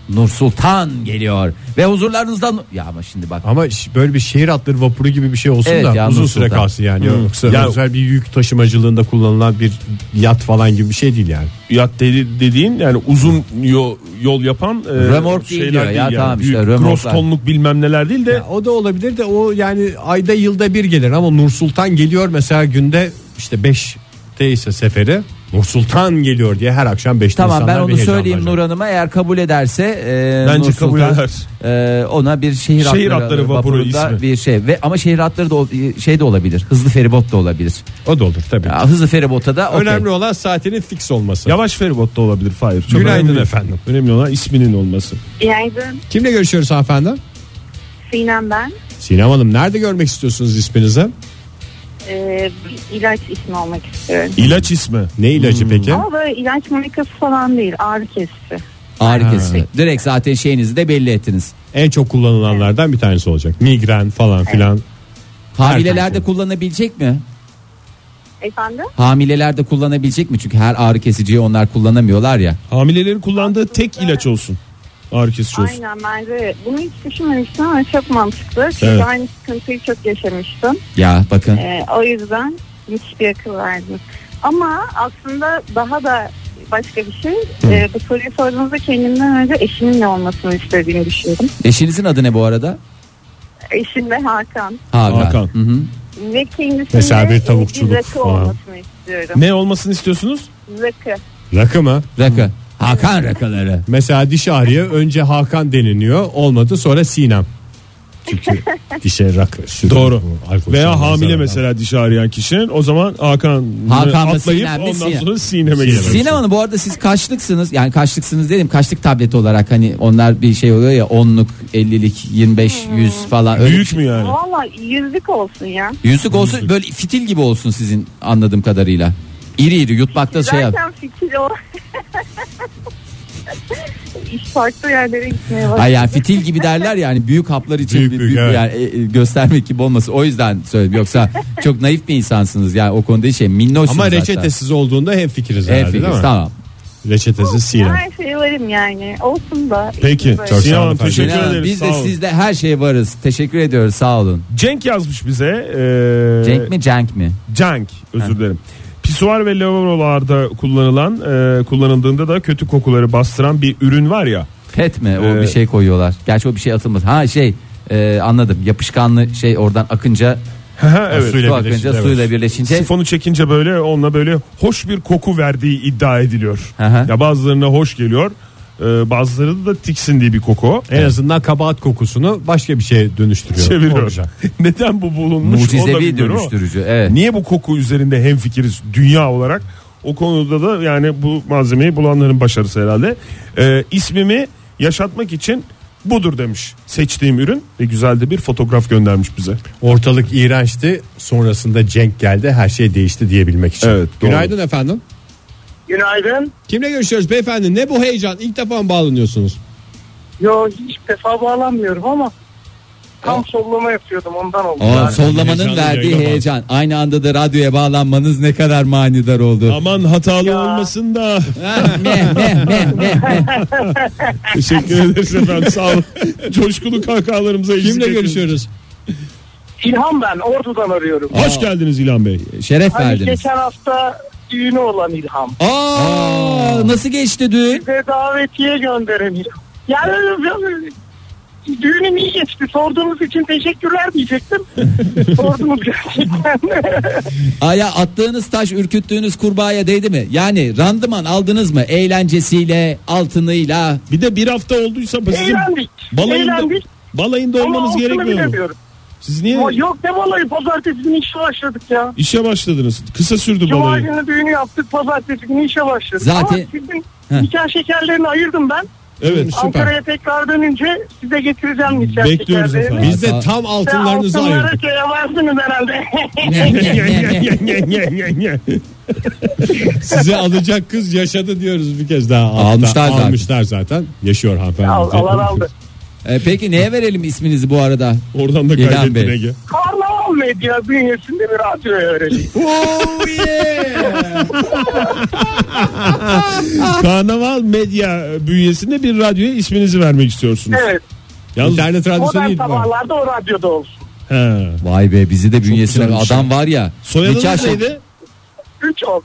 C: Nur Sultan geliyor ve huzurlarınızdan ya ama şimdi bak
B: Ama ş- böyle bir şehir atları vapuru gibi bir şey olsun
C: Evet,
B: da
C: ya,
B: uzun
C: Nur
B: süre
C: Sultan.
B: kalsın yani. Yoksa
A: Ya-
B: özel bir yük taşımacılığında kullanılan bir yat falan gibi bir şey değil yani.
A: Yat dedi, dediğin yani uzun yo- yol yapan e,
C: Römork değil diyor ya, tamam işte,
A: Büyük
C: römorklar.
A: Gross tonluk bilmem neler değil de
B: Ya o da olabilir de o yani ayda yılda bir gelir ama Nur Sultan geliyor mesela günde işte 5 ise seferi Nur Sultan geliyor diye her akşam 5'te
C: tamam
B: insanlar
C: ben
B: bir
C: onu söyleyeyim Nur
B: heyecanlanacak.
C: Hanım'a eğer kabul ederse e,
A: Bence
C: Nur
A: kabul
C: Sultan, e, ona bir şehir,
A: Şehir atları vapuru
C: vapurunda
A: ismi.
C: bir şey ve ama şehir atları da ol- şey de olabilir hızlı feribot da olabilir
B: O da olur tabii.
C: ya, hızlı feribota da okey.
B: Önemli olan saatinin fix olması.
A: yavaş feribot da olabilir Fahir. Çok
B: Günaydın
A: önemli değil.
B: efendim.
A: Önemli olan isminin olması.
E: Günaydın.
B: Kimle görüşüyoruz hanımefendi?
E: Sinem ben.
B: Sinem Hanım nerede görmek istiyorsunuz isminizi?
E: Ee, bir ilaç ismi olmak istiyorum.
A: İlaç ismi.
B: Ne
C: Hmm.
B: ilacı peki?
E: Ama böyle ilaç markası falan değil ağrı kesici.
C: Ağrı kesici. Direkt zaten şeyinizi de belli ettiniz.
B: En çok kullanılanlardan bir tanesi olacak. Migren falan filan.
A: şey.
C: Hamileler de kullanabilecek mi?
E: Efendim?
C: Hamileler de kullanabilecek mi? Çünkü her ağrı kesiciyi onlar kullanamıyorlar ya.
A: Hamilelerin kullandığı tek ilaç olsun. Ağrı kesici olsun.
E: Aynen bence bunu hiç düşünmemiştim ama çok mantıklı. Çünkü
A: Evet.
E: aynı sıkıntıyı çok yaşamıştım.
C: Ya bakın.
E: Ee, o yüzden müthiş bir akıl verdin. Ama aslında daha da başka bir şey. Ee, bu soruyu sorduğunuzda kendimden önce eşimin ne olmasını istediğini düşündüm.
C: Eşinizin adı ne bu arada?
E: Eşim de Hakan.
A: Hakan.
C: Hı hı.
E: Ve kendisinde
B: Mesela bir
E: e,
B: tavukçuluk
E: rakı
B: falan.
E: olmasını istiyorum.
A: Ne olmasını istiyorsunuz?
E: Rakı.
B: Rakı mı?
C: Rakı. Hakan rakaları.
B: Mesela diş ağrıya önce Hakan deniliyor. Olmadı sonra Sinem. Çünkü dişe rakı sürüyor.
A: Doğru.
B: Bu alkol
A: Veya
B: kullanımı
A: hamile
B: zararlı.
A: mesela dişi ağrıyan kişinin o zaman Hakan
C: Hakan mı,
A: atlayıp
C: Sinem mi,
A: ondan
C: Sinem?
A: sonra sineme gelir.
C: Sinem Hanım bu arada siz kaçlıksınız. Yani kaçlıksınız dedim. Kaçlık tableti olarak hani onlar bir şey oluyor ya onluk, 50'lik, 25, 100 falan. Öyle
A: Büyük mü yani?
E: Valla yüzlük olsun ya.
C: Yüzlük olsun böyle fitil gibi olsun sizin anladığım kadarıyla. İri iri yutmakta şey yap.
E: Zaten fikir o. İş farklı yerlere gitmeye başladı.
C: Ay yani fitil gibi derler ya hani büyük haplar için
B: Büyük,
C: bir-
B: büyük,
C: büyük
B: evet.
C: yani, e, e, göstermek gibi olması. O yüzden söyledim. Yoksa çok naif bir insansınız. Yani o konuda şey minnoşsunuz
B: Ama
C: zaten.
B: reçetesiz olduğunda hem fikiriz herhalde
C: Evet, fikiriz,
B: değil mi?
C: tamam.
B: Reçetesiz Sinem.
E: Her şey varım yani. Olsun da.
A: Peki.
E: Böyle.
B: Çok
A: Sinem
B: sağ olun
A: Hanım
B: efendim.
A: teşekkür
C: Genel
A: ederiz.
C: biz
A: Sağ
C: de
A: olun.
C: sizde her şeye varız. Teşekkür ediyoruz. Sağ olun.
A: Cenk yazmış bize. Ee,
C: Cenk mi Cenk mi?
A: Cenk özür dilerim. Pisuar ve lavabolarda kullanılan e, kullanıldığında da kötü kokuları bastıran bir ürün var ya.
C: Pet mi? O
A: Ee,
C: bir şey koyuyorlar. Gerçi o bir şey atılmaz. Ha şey e, anladım. Yapışkanlı şey oradan akınca
A: evet.
B: Suyla
C: su
B: birleşince,
C: akınca
B: evet.
C: suyla birleşince
A: Sifonu çekince böyle onunla böyle hoş bir koku verdiği iddia ediliyor.
C: Hı hı.
A: Ya bazılarına hoş geliyor. e, Bazıları da tiksindiği bir koku. o.
B: En azından kabahat kokusunu başka bir şeye dönüştürüyor.
A: Çeviriyor.
B: Olacak.
A: Neden bu bulunmuş? onu da
C: mucizevi
A: bilmiyorum ama
C: dönüştürücü. Evet.
A: Niye bu koku üzerinde hemfikiriz dünya olarak? O konuda da yani bu malzemeyi bulanların başarısı herhalde. E, ismimi yaşatmak için budur demiş seçtiğim ürün. Ve güzel de bir fotoğraf göndermiş bize.
B: Ortalık iğrençti. Sonrasında Cenk geldi. Her şey değişti diyebilmek için.
A: Evet, doğru.
B: Günaydın efendim.
F: Günaydın.
B: Kimle görüşüyoruz beyefendi? Ne bu heyecan? İlk defa mı bağlanıyorsunuz?
F: Yo hiç defa bağlanmıyorum ama tam sollama yapıyordum ondan oldu.
C: O
F: Yani.
C: sollamanın
B: Heyecanlı
C: verdiği
B: yayına bak.
C: heyecan. Aynı anda da radyoya bağlanmanız ne kadar manidar oldu.
A: Aman hatalı olmasın da.
C: Ha, meh, meh, meh, meh, meh.
A: Teşekkür ederiz efendim sağ olun. Coşkulu kahkahalarımıza eşlik
B: Kimle
A: ettiniz.
B: görüşüyoruz?
F: İlhan ben Ordu'dan arıyorum.
A: Hoş geldiniz İlhan Bey.
C: Şeref
F: Hani
C: verdiniz.
F: geçen hafta düğünü olan İlhan.
C: Aa, nasıl geçti dün?
F: Ve davetiye gönderemiyorum. Yani düğünüm iyi geçti. Sorduğunuz için teşekkürler diyecektim. Sordunuz gerçekten.
C: Aya attığınız taş ürküttüğünüz kurbağaya değdi mi? Yani randıman aldınız mı? Eğlencesiyle, altınıyla.
A: Bir de bir hafta olduysa sizin
F: Eğlendik.
A: balayında,
F: Eğlendik.
A: balayında
F: Ama
A: olmanız
F: altını
A: gerekmiyor mu?
F: bilemiyorum.
A: Siz niye
F: Ama Yok ne balayı pazartesi günü işe başladık ya.
A: işe başladınız? Kısa sürdü
F: Cuma
A: balayı.
F: günü düğünü yaptık pazartesi günü işe başladık.
C: Zaten-
F: Ama sizin
C: Heh.
F: nikah şekerlerini ayırdım ben.
A: Evet.
F: Ankara'ya tekrar dönünce size getireceğim nikah
A: Bekliyoruz
F: şekerlerini.
A: efendim.
B: Biz de tam
F: Ve
B: altınlarınızı
F: altınlara
B: ayırdık.
F: şeye varsınız herhalde.
B: Size alacak kız yaşadı diyoruz bir kez daha. Altta-
C: Almışlar zaten.
B: Almışlar zaten. Yaşıyor hanımefendi.
F: Al- Alan aldı.
C: E, peki neye verelim isminizi bu arada?
A: Oradan da
C: İlhan
A: kaydettin
C: Bey.
A: Ege.
F: Karnaval medya bünyesinde bir radyo öğrenim.
A: Karnaval Medya bünyesinde bir radyoya isminizi vermek istiyorsunuz.
F: Evet.
A: Yalnız
B: İnternet radyosu
F: Modern
B: değil bu.
F: sabahlarda o radyoda olsun.
A: He.
C: Vay be bizi de bünyesine
A: güzel bir
C: adam var ya. nikah
A: Soyadınız
C: şey-
A: neydi?
F: Üç ok.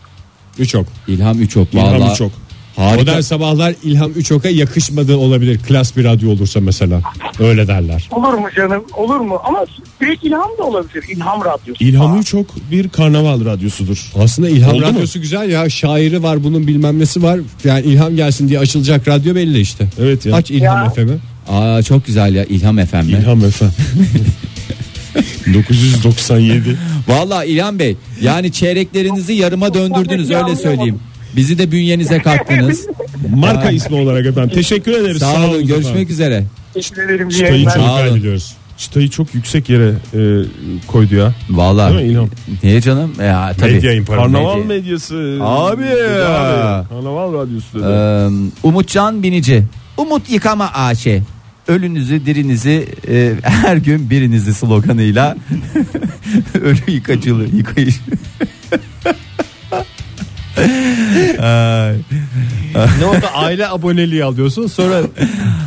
B: Üç ok.
C: İlham Üçok
A: İlhan
C: valla.
A: Uçok.
C: Harika.
B: Modern sabahlar İlham Üçok'a yakışmadığı olabilir. Klas bir radyo olursa mesela. Öyle derler.
F: Olur mu canım? Olur mu? Ama büyük ilham da olabilir. İlham radyosu.
A: İlhan Uçok bir karnaval radyosudur.
B: Aslında İlham
A: Oldu mu?
B: radyosu güzel ya. Şairi var bunun bilmem nesi var. Yani İlham gelsin diye açılacak radyo belli işte.
A: Evet ya.
B: Aç İlham
F: Ya.
B: efemi.
C: Aa, çok güzel ya İlham Efendi.
A: İlhan efendim. 997.
C: Valla İlhan Bey yani çeyreklerinizi yarıma döndürdünüz öyle söyleyeyim. Bizi de bünyenize kattınız.
A: Marka ismi olarak efendim. Teşekkür ederiz.
C: Sağ olun
A: efendim.
C: görüşmek üzere.
F: Teşekkür ederim.
A: Sayın
F: diye.
C: Sağ
A: Çelik
C: olun.
A: kaydediyoruz. çıtayı çok yüksek yere e, koydu ya. Değil mi
C: Vallahi.
A: İlham?
C: Niye canım? Ya, tabii.
B: Medya imparatoru.
A: Karnaval
C: medya.
A: medyası.
C: Abi.
A: Abi, Karnaval radyosu dedi.
C: Ee, Umutcan Binici. Umut Yıkama AŞ. Ölünüzü dirinizi e, her gün birinizi sloganıyla ölü yıkacılı yıkayış. Ay.
B: ne oldu aile aboneliği alıyorsun sonra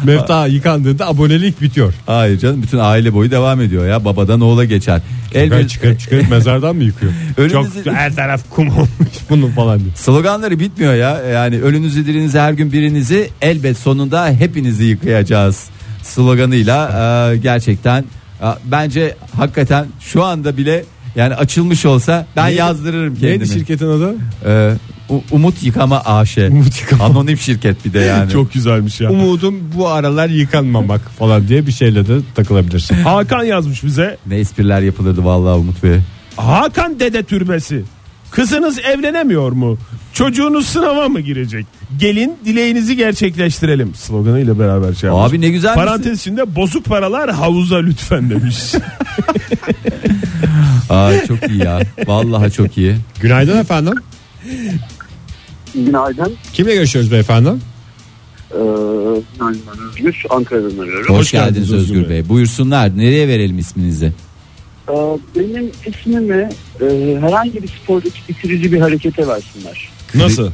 B: mevta yıkandığında abonelik bitiyor.
C: Hayır canım bütün aile boyu devam ediyor ya babadan oğula geçer.
B: Ben
C: Elbette
B: çıkarıp
C: e,
B: çıkarıp mezardan mı yıkıyor?
C: Önümüzü-
B: Çok her taraf kum olmuş bunun falan diye.
C: sloganları bitmiyor ya. Yani ölünüzü dirinizi her gün birinizi elbet sonunda hepinizi yıkayacağız sloganıyla e, gerçekten e, bence hakikaten şu anda bile yani açılmış olsa ben
B: Neydi-
C: yazdırırım
B: Neydi
C: kendimi.
B: şirketin adı?
C: E, U- Umut Yıkama AŞ.
B: Umut Yıkama.
C: Anonim şirket bir de yani.
A: Çok güzelmiş
C: Um-
A: ya.
B: Umudum bu aralar yıkanmamak falan diye bir şeyle de takılabilirsin.
A: Hakan yazmış bize.
C: Ne espriler yapılırdı vallahi Umut Bey.
A: Hakan Dede Türbesi. Kızınız evlenemiyor mu? Çocuğunuz sınava mı girecek? Gelin dileğinizi gerçekleştirelim. Sloganıyla beraber şey yapmış.
C: Abi ne güzel misin?
A: Parantez içinde bozuk paralar havuza lütfen demiş.
C: Aa, çok iyi ya. Vallahi çok iyi.
B: Günaydın efendim.
D: Günaydın.
B: Kimle görüşüyoruz beyefendi?
D: Ee, günaydın. Ben Özgür. Ankara'dan arıyorum.
C: Hoş,
A: Hoş
C: geldiniz,
A: geldiniz
C: Özgür
A: Özgür
C: Bey. Buyursunlar. Nereye verelim isminizi?
D: Ee, benim ismimi e, herhangi bir spordaki bitirici bir harekete versinler.
A: Nasıl?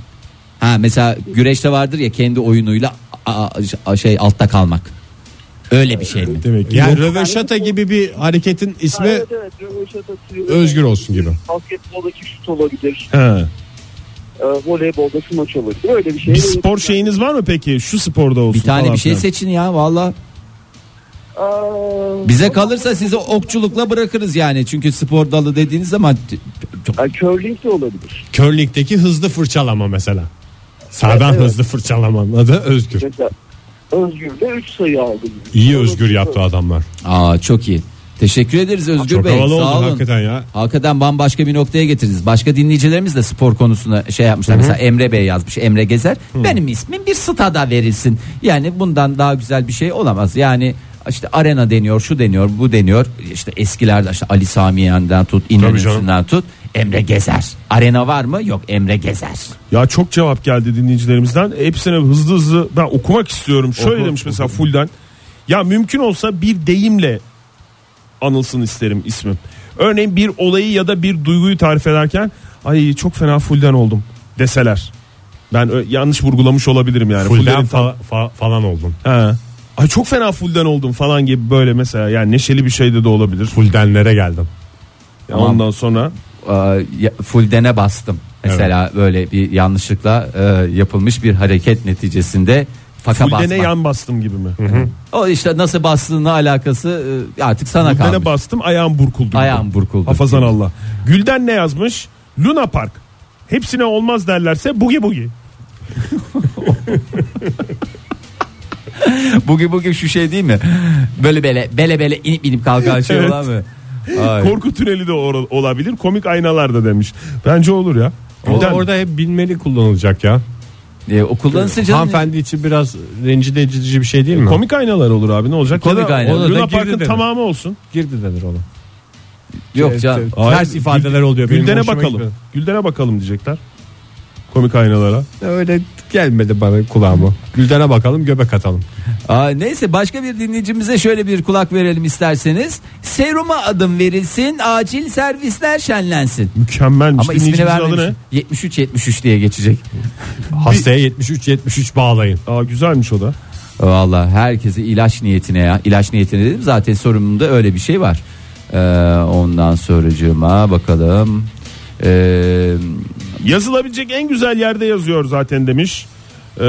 C: Ha mesela güreşte vardır ya kendi oyunuyla a- a- şey altta kalmak. Öyle bir şey mi?
A: Demek ki
B: Yani röveşata gibi bir hareketin ismi
D: evet evet. Röveşata sürüyor.
B: Özgür olsun gibi.
D: Basketboldaki şut olabilir.
A: He.
D: E, voleybolda smaç olabilir. Öyle bir şey.
A: Bir spor şeyiniz var mı peki? Şu sporda olsun
C: Bir tane
A: falan
C: bir şey
A: filan.
C: seçin ya valla.
D: Ee,
C: Bize kalırsa sizi okçulukla bırakırız yani. Çünkü spor dalı dediğiniz zaman çok-
D: e, curling de olabilir.
B: Curling'deki hızlı fırçalama mesela. Sağdan
D: Evet, evet.
B: hızlı fırçalamanın adı Özgür.
D: Mesela Özgür de 3 sayı aldı.
B: İyi Özgür yaptı adamlar.
C: Aa çok iyi. Teşekkür ederiz Özgür
B: Çok
C: Bey.
B: havalı
C: Sağ
B: oldu
C: olun.
B: hakikaten ya.
C: Hakikaten bambaşka bir noktaya getirdiniz. Başka dinleyicilerimiz de spor konusunda şey yapmışlar. Mesela Emre Bey yazmış. Emre Gezer. Benim ismim bir stada verilsin. Yani bundan daha güzel bir şey olamaz. Yani işte arena deniyor, şu deniyor, bu deniyor. İşte eskilerde işte Ali Samiyen'den tut, İnönü'sünden tut. Emre Gezer. Arena var mı? Yok Emre Gezer.
A: Ya çok cevap geldi dinleyicilerimizden. E, Hepsine hızlı hızlı ben okumak istiyorum. Şöyle
B: Oku,
A: demiş mesela Fulden. Ya mümkün olsa bir deyimle anılsın isterim ismim. Örneğin bir olayı ya da bir duyguyu tarif ederken ay çok fena Fulden oldum deseler. Ben ö- yanlış vurgulamış olabilirim yani.
B: Fulden
A: Fulden'in
B: fa- fa- falan oldum.
A: He. Ay çok fena fulden oldum falan gibi böyle mesela yani neşeli bir şeyde de olabilir.
B: Fuldenlere geldim.
A: Ya
C: Tamam.
A: Ondan sonra
C: e, ya- full dene bastım. Mesela böyle bir yanlışlıkla e, yapılmış bir hareket neticesinde faka
A: fuldene
C: basma.
A: yan bastım gibi mi?
C: O işte nasıl bastığına alakası e, artık sana
A: Fuldene
C: kalmış.
A: bastım ayağım burkuldu. gibi.
C: Ayağım burkuldu.
A: Hafazan Allah. Gülden ne yazmış? Luna Park. Hepsine olmaz derlerse bugi bugi.
C: Bugün bugün şu şey değil mi? Böyle bele bele bele inip inip kalkan şey
A: Evet.
C: olan mı? Ay.
A: Korku tüneli de or- olabilir. Komik aynalar da demiş. Bence olur ya.
B: Orada,
A: Gülden,
B: orada hep bilmeli kullanılacak ya.
C: E, okuldan sıcak.
B: Hanımefendi için biraz rencide edici bir şey değil mi?
A: komik aynalar olur abi ne olacak?
C: Komik
A: Ya da
C: aynalar.
B: Ona da
A: Luna
B: girdi
A: Park'ın
B: demek.
A: tamamı olsun.
B: girdi denir ona.
C: Yok canım.
B: Te- Ters
A: Hayır,
B: ifadeler
A: Gül-
B: oluyor. benim
A: Gülden'e
B: hoşuma
A: bakalım.
B: gitmedi.
A: Gülden'e bakalım diyecekler. Komik aynalara.
B: Öyle gelmedi bana kulağıma. Gülden'e bakalım göbek atalım.
C: Aa, neyse başka bir dinleyicimize şöyle bir kulak verelim isterseniz. Seruma adım verilsin, acil servisler şenlensin.
A: Mükemmelmiş.
C: Ama ismini
A: Dinleyicimizin adı
C: vermemiş.
A: ne?
C: 73 73 diye geçecek.
B: Hastaya 73 73 bağlayın.
A: Aa güzelmiş o da.
C: Valla herkese ilaç niyetine ya. İlaç niyetine dedim zaten sorumluluğunda öyle bir şey var. Ee, ondan sonracığıma bakalım. Ee,
A: Yazılabilecek en güzel yerde yazıyor zaten demiş. Ee,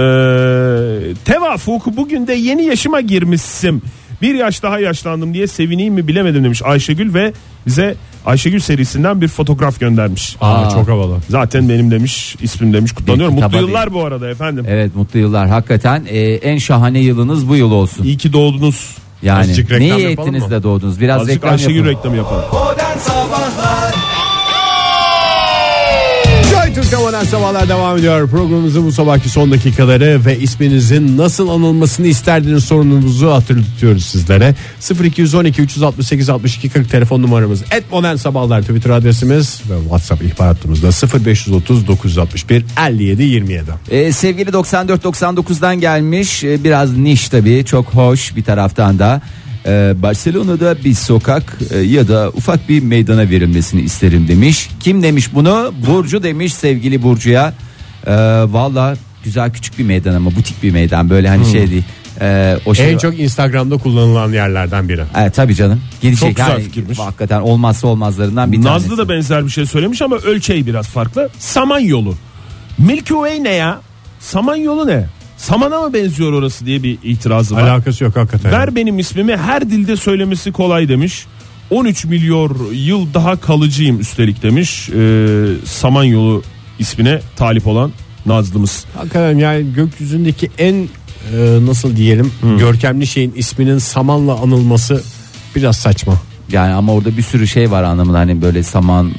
A: tevafuk bugün de yeni yaşıma girmişsim. Bir yaş daha yaşlandım diye sevineyim mi bilemedim demiş Ayşegül ve bize Ayşegül serisinden bir fotoğraf göndermiş.
B: Aa,
C: Aa.
B: çok havalı.
A: Zaten benim demiş, ismim demiş. Kutlanıyorum.
C: Bir kitaba
A: Mutlu yıllar bu arada efendim.
C: evet mutlu yıllar. Hakikaten e, en şahane yılınız bu yıl olsun.
A: İyi ki doğdunuz.
C: Yani
B: Azıcık
C: ne
B: reklam
C: iyi
B: yapalım
C: ettiniz
B: mı?
C: de doğdunuz. Biraz
A: Azıcık
C: reklam
A: Ayşegül
C: yapın.
A: reklamı yapalım.
B: Joy Joy Türk'te modern sabahlar devam ediyor. Programımızın bu sabahki son dakikaları ve isminizin nasıl anılmasını isterdiniz sorunumuzu hatırlatıyoruz sizlere. 0212 368 62 40 telefon numaramız. Et modern sabahlar Twitter adresimiz ve WhatsApp ihbaratımız da 0530 961 57 27.
C: Ee, sevgili 94-99'dan gelmiş Ee, biraz niş tabii çok hoş bir taraftan da Ee, Barcelona'da bir sokak e, ya da ufak bir meydana verilmesini isterim demiş. Kim demiş bunu? Burcu demiş sevgili Burcu'ya. Ee, Valla güzel küçük bir meydan ama butik bir meydan böyle
A: Hmm.
C: hani şey değil. Ee, o şey
B: En çok Instagram'da kullanılan yerlerden biri.
C: Evet, tabii canım. Gidecek
A: Çok güzel fikirmiş.
C: Hakikaten olmazsa olmazlarından bir tanesi.
A: Nazlı da benzer bir şey söylemiş ama ölçeği biraz farklı. Samanyolu. Milky Way ne ya? Samanyolu ne? Samana mı benziyor orası diye bir itirazı var.
B: Alakası yok hakikaten.
A: Ver benim ismimi her dilde söylemesi kolay demiş. 13 milyon yıl daha kalıcıyım üstelik demiş. Ee, Samanyolu ismine talip olan Nazlımız.
B: Hakikaten yani gökyüzündeki en e, nasıl diyelim görkemli şeyin isminin samanla anılması biraz saçma.
C: Yani ama orada bir sürü şey var anlamında hani böyle saman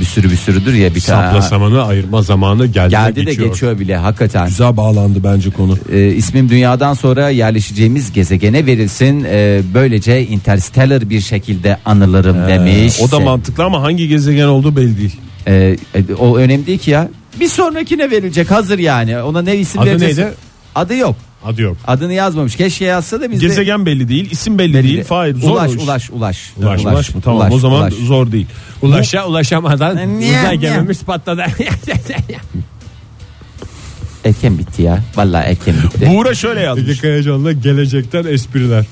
C: bir sürü bir sürüdür ya bir
B: Sapla
C: tane.
B: samanı ayırma zamanı geldi,
C: Geldi
B: de
C: de
B: geçiyor.
C: geçiyor bile hakikaten.
A: Güzel bağlandı bence konu.
C: Ee, ismim dünyadan sonra yerleşeceğimiz gezegene verilsin. Ee, böylece interstellar bir şekilde anılırım demiş.
A: Ee, O da mantıklı ama hangi gezegen olduğu belli değil.
C: Ee, e, o önemli değil ki ya. Bir sonrakine verilecek hazır yani. Ona ne isim
B: Adı
C: vereceksin?
B: neydi?
C: Adı yok.
B: Adı yok.
C: Adını yazmamış. Keşke yazsa da biz de-
A: Gezegen belli değil, isim belli, değil. Fahir zor
C: ulaş,
A: o iş.
C: ulaş, ulaş,
A: Ulaş, ulaş mı? Tamam o zaman
C: ulaş.
A: zor değil.
B: Ulaşa ulaşamadan
C: Niye,
B: uzay
C: niye?
B: gemimiz patladı.
C: Erken bitti ya. Vallahi erken bitti.
A: Buğra şöyle yazmış.
B: Dedik heyecanla gelecekten espriler.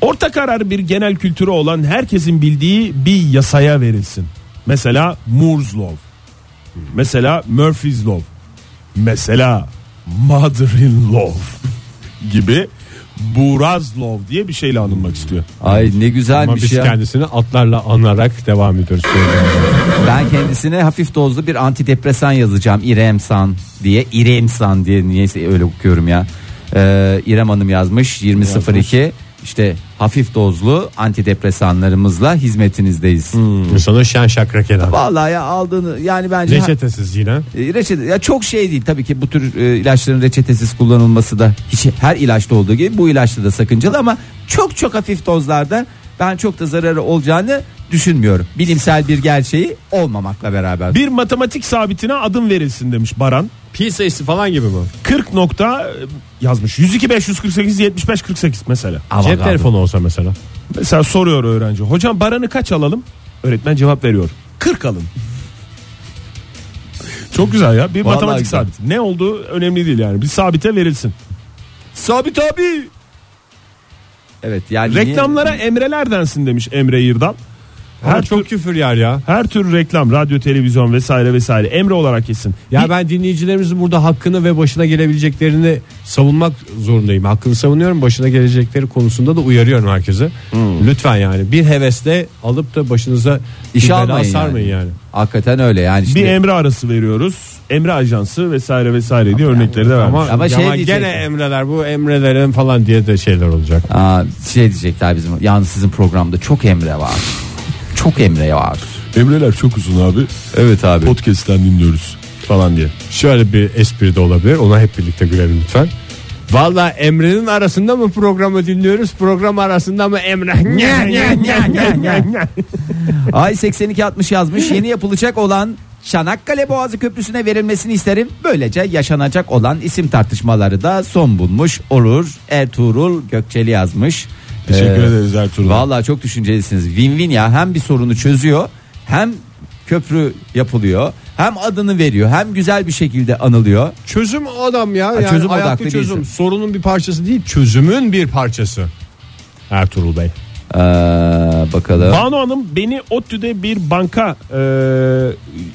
A: Orta karar bir genel kültürü olan herkesin bildiği bir yasaya verilsin. Mesela Moore's Law. Mesela Murphy's Law. Mesela Mother-in Law gibi Buraz Law diye bir şeyle anılmak istiyor.
C: Ay ne
B: Ama
C: güzelmiş
B: biz
C: şey ya.
B: kendisini atlarla anarak devam ediyoruz.
C: Ben kendisine hafif dozlu bir antidepresan yazacağım İremsan diye İremsan diye niyeyse öyle okuyorum ya Ee, İrem Hanım yazmış 2002 işte hafif dozlu antidepresanlarımızla hizmetinizdeyiz
B: Hmm. İnsanın şen şakrak eden.
C: Vallahi Hmm. ya aldığını yani bence
B: Reçetesiz yine.
C: E, reçete ya çok şey değil tabii ki bu tür e, ilaçların reçetesiz kullanılması da hiç her ilaçta olduğu gibi bu ilaçta da sakıncalı ama çok çok hafif dozlarda ben çok da zararı olacağını düşünmüyorum. Bilimsel bir gerçeği olmamakla beraber.
A: Bir matematik sabitine adım verilsin demiş Baran.
B: Pi sayısı falan gibi mi?
A: 40 nokta e, yazmış. 102 548 75 48 mesela.
C: Aman
B: Cep
C: Allah'ım.
B: telefonu olsa mesela.
A: Mesela soruyor öğrenci. Hocam Baran'ı kaç alalım? Öğretmen cevap veriyor. 40 alın. Çok güzel ya. Bir
C: Vallahi
A: matematik
C: güzel.
A: sabit. Ne olduğu önemli değil yani. Bir sabite verilsin.
C: Sabit abi. Evet yani niye-
A: Reklamlara emreler densin demiş Emre Yırdan. Her
B: Her
A: tür-
B: çok küfür yer ya.
A: Her tür reklam, radyo, televizyon vesaire vesaire emre olarak kesin.
B: Ya ben dinleyicilerimizin burada hakkını ve başına gelebileceklerini savunmak zorundayım. Hakkını savunuyorum. Başına gelecekleri konusunda da uyarıyorum herkese.
C: Hmm.
B: Lütfen yani bir hevesle alıp da başınıza
C: İşe
B: iş
C: almayın
B: almayın
C: yani.
B: sarmayın yani.
C: Hakikaten öyle yani
A: Bir
C: işte.
A: emre arası veriyoruz. Emre ajansı vesaire vesaire diye örnekleri de vermiş.
B: Ama,
C: Ama
B: ama
C: şey diyecektim.
B: gene emreler bu emrelerin falan diye de şeyler olacak.
C: Aa, şey diyecekler bizim yalnız sizin programda çok emre var. çok emre var.
A: Emreler çok uzun abi.
C: Evet abi.
A: Podcast'ten dinliyoruz falan diye.
B: Şöyle bir espri de olabilir. Ona hep birlikte gülelim lütfen. Valla Emre'nin arasında mı programı dinliyoruz? Program arasında mı Emre?
C: Ay 8260 yazmış. Yeni yapılacak olan Çanakkale Boğazı Köprüsü'ne verilmesini isterim. Böylece yaşanacak olan isim tartışmaları da son bulmuş olur. Ertuğrul Gökçeli yazmış.
A: Teşekkür
C: Ee,
A: ederiz Ertuğrul.
C: Vallahi çok düşüncelisiniz. Win-win ya hem bir sorunu çözüyor hem köprü yapılıyor. Hem adını veriyor hem güzel bir şekilde anılıyor.
B: Çözüm o adam ya. yani
C: çözüm
B: ayaklı
C: odaklı
B: çözüm.
C: değilsin.
B: Sorunun bir parçası değil, çözümün bir parçası. Ertuğrul Bey.
C: Ee, bakalım.
A: Banu Hanım beni ODTÜ'de bir banka e,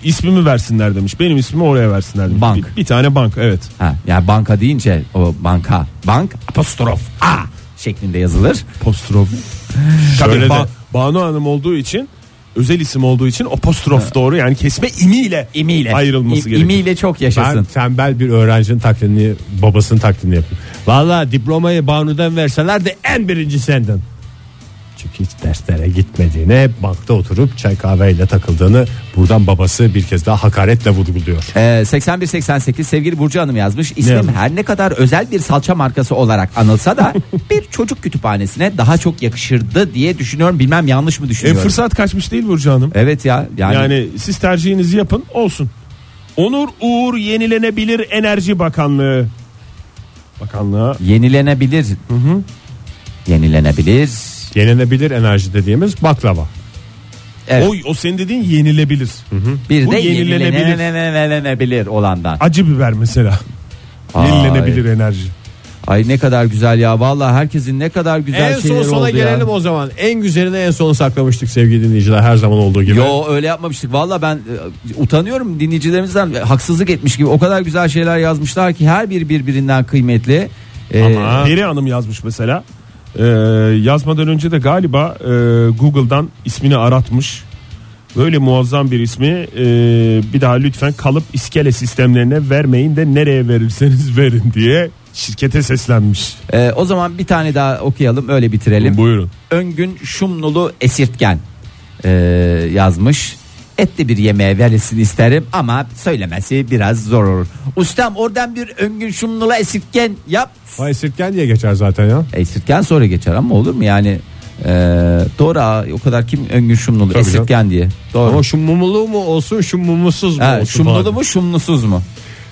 A: ismimi versinler demiş. Benim ismimi oraya versinler demiş.
C: Bank.
A: Bir, bir tane bank evet.
C: Ha, yani banka deyince o banka. Bank apostrof A şeklinde yazılır.
A: Apostrof. Tabii
B: Şöyle
A: Ba-
B: de-
A: Banu Hanım olduğu için özel isim olduğu için apostrof doğru yani kesme imiyle
C: İmiyle.
A: ayrılması
C: İ-
A: gerekiyor.
C: İmiyle çok yaşasın.
B: Ben tembel bir öğrencinin taklidini, babasının taklidini yapıyorum. Valla diplomayı Banu'dan verseler de en birinci senden. Çünkü hiç derslere gitmediğine bankta oturup çay kahveyle takıldığını buradan babası bir kez daha hakaretle vurguluyor.
C: Ee, 81-88 sevgili Burcu Hanım yazmış. İsmim
B: yazmış?
C: her ne kadar özel bir salça markası olarak anılsa da bir çocuk kütüphanesine daha çok yakışırdı diye düşünüyorum. Bilmem yanlış mı
A: E,
C: düşünüyorum.
A: fırsat kaçmış değil Burcu Hanım.
C: Evet ya yani,
A: Yani, siz tercihinizi yapın olsun. Onur Uğur Yenilenebilir Enerji Bakanlığı. Bakanlığa
C: yenilenebilir. Yenilenebilir.
B: Yenilebilir enerji dediğimiz baklava.
C: Evet.
A: Oy o senin dediğin yenilebilir.
C: bir
A: bu
C: de
A: yenilenebilir.
C: yenilenebilir olandan.
A: Acı biber mesela.
C: Ay.
A: Yenilenebilir enerji.
C: Ay ne kadar güzel ya. Vallahi herkesin ne kadar güzel
B: en son
C: şeyleri
B: sona
C: oldu ya.
B: gelelim o zaman. En güzelini en sona saklamıştık sevgili dinleyiciler her zaman olduğu gibi.
C: Yo öyle yapmamıştık. Valla ben e, utanıyorum dinleyicilerimizden e, haksızlık etmiş gibi. O kadar güzel şeyler yazmışlar ki her biri birbirinden kıymetli. Ee,
A: Ama Peri Hanım yazmış mesela. Ee, yazmadan önce de galiba e, Google'dan ismini aratmış. Böyle muazzam bir ismi e, bir daha lütfen kalıp iskele sistemlerine vermeyin de nereye verirseniz verin diye şirkete seslenmiş.
C: e, o zaman bir tane daha okuyalım öyle bitirelim.
A: Buyurun.
C: Öngün Şumnulu Esirtgen e, yazmış. Etli bir yemeğe verilsin isterim ama söylemesi biraz zor olur. Ustam oradan bir Öngün Şumnulu Esirtgen yap.
B: Vay sirken diye geçer zaten ya.
C: Esirtgen sonra geçer ama olur mu yani? e, doğru ha, o kadar kim Öngün Şumnulu
B: Tabii canım.
C: Esirtgen diye. Doğru.
B: Ama şu mumulu mu olsun şu mumusuz mu
C: Ha,
B: olsun
C: şumlulu
B: falan.
C: mu şumlusuz mu?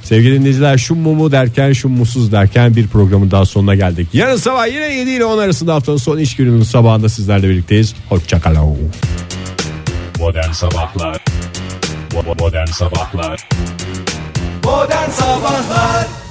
B: Sevgili dinleyiciler şu mumu derken şu musuz derken bir programın daha sonuna geldik. Yarın sabah yine 7 ile 10 arasında haftanın son iş gününün sabahında sizlerle birlikteyiz. Hoşçakalın.
G: Modern Sabahlar Bo- bo- Modern Sabahlar
H: Modern Sabahlar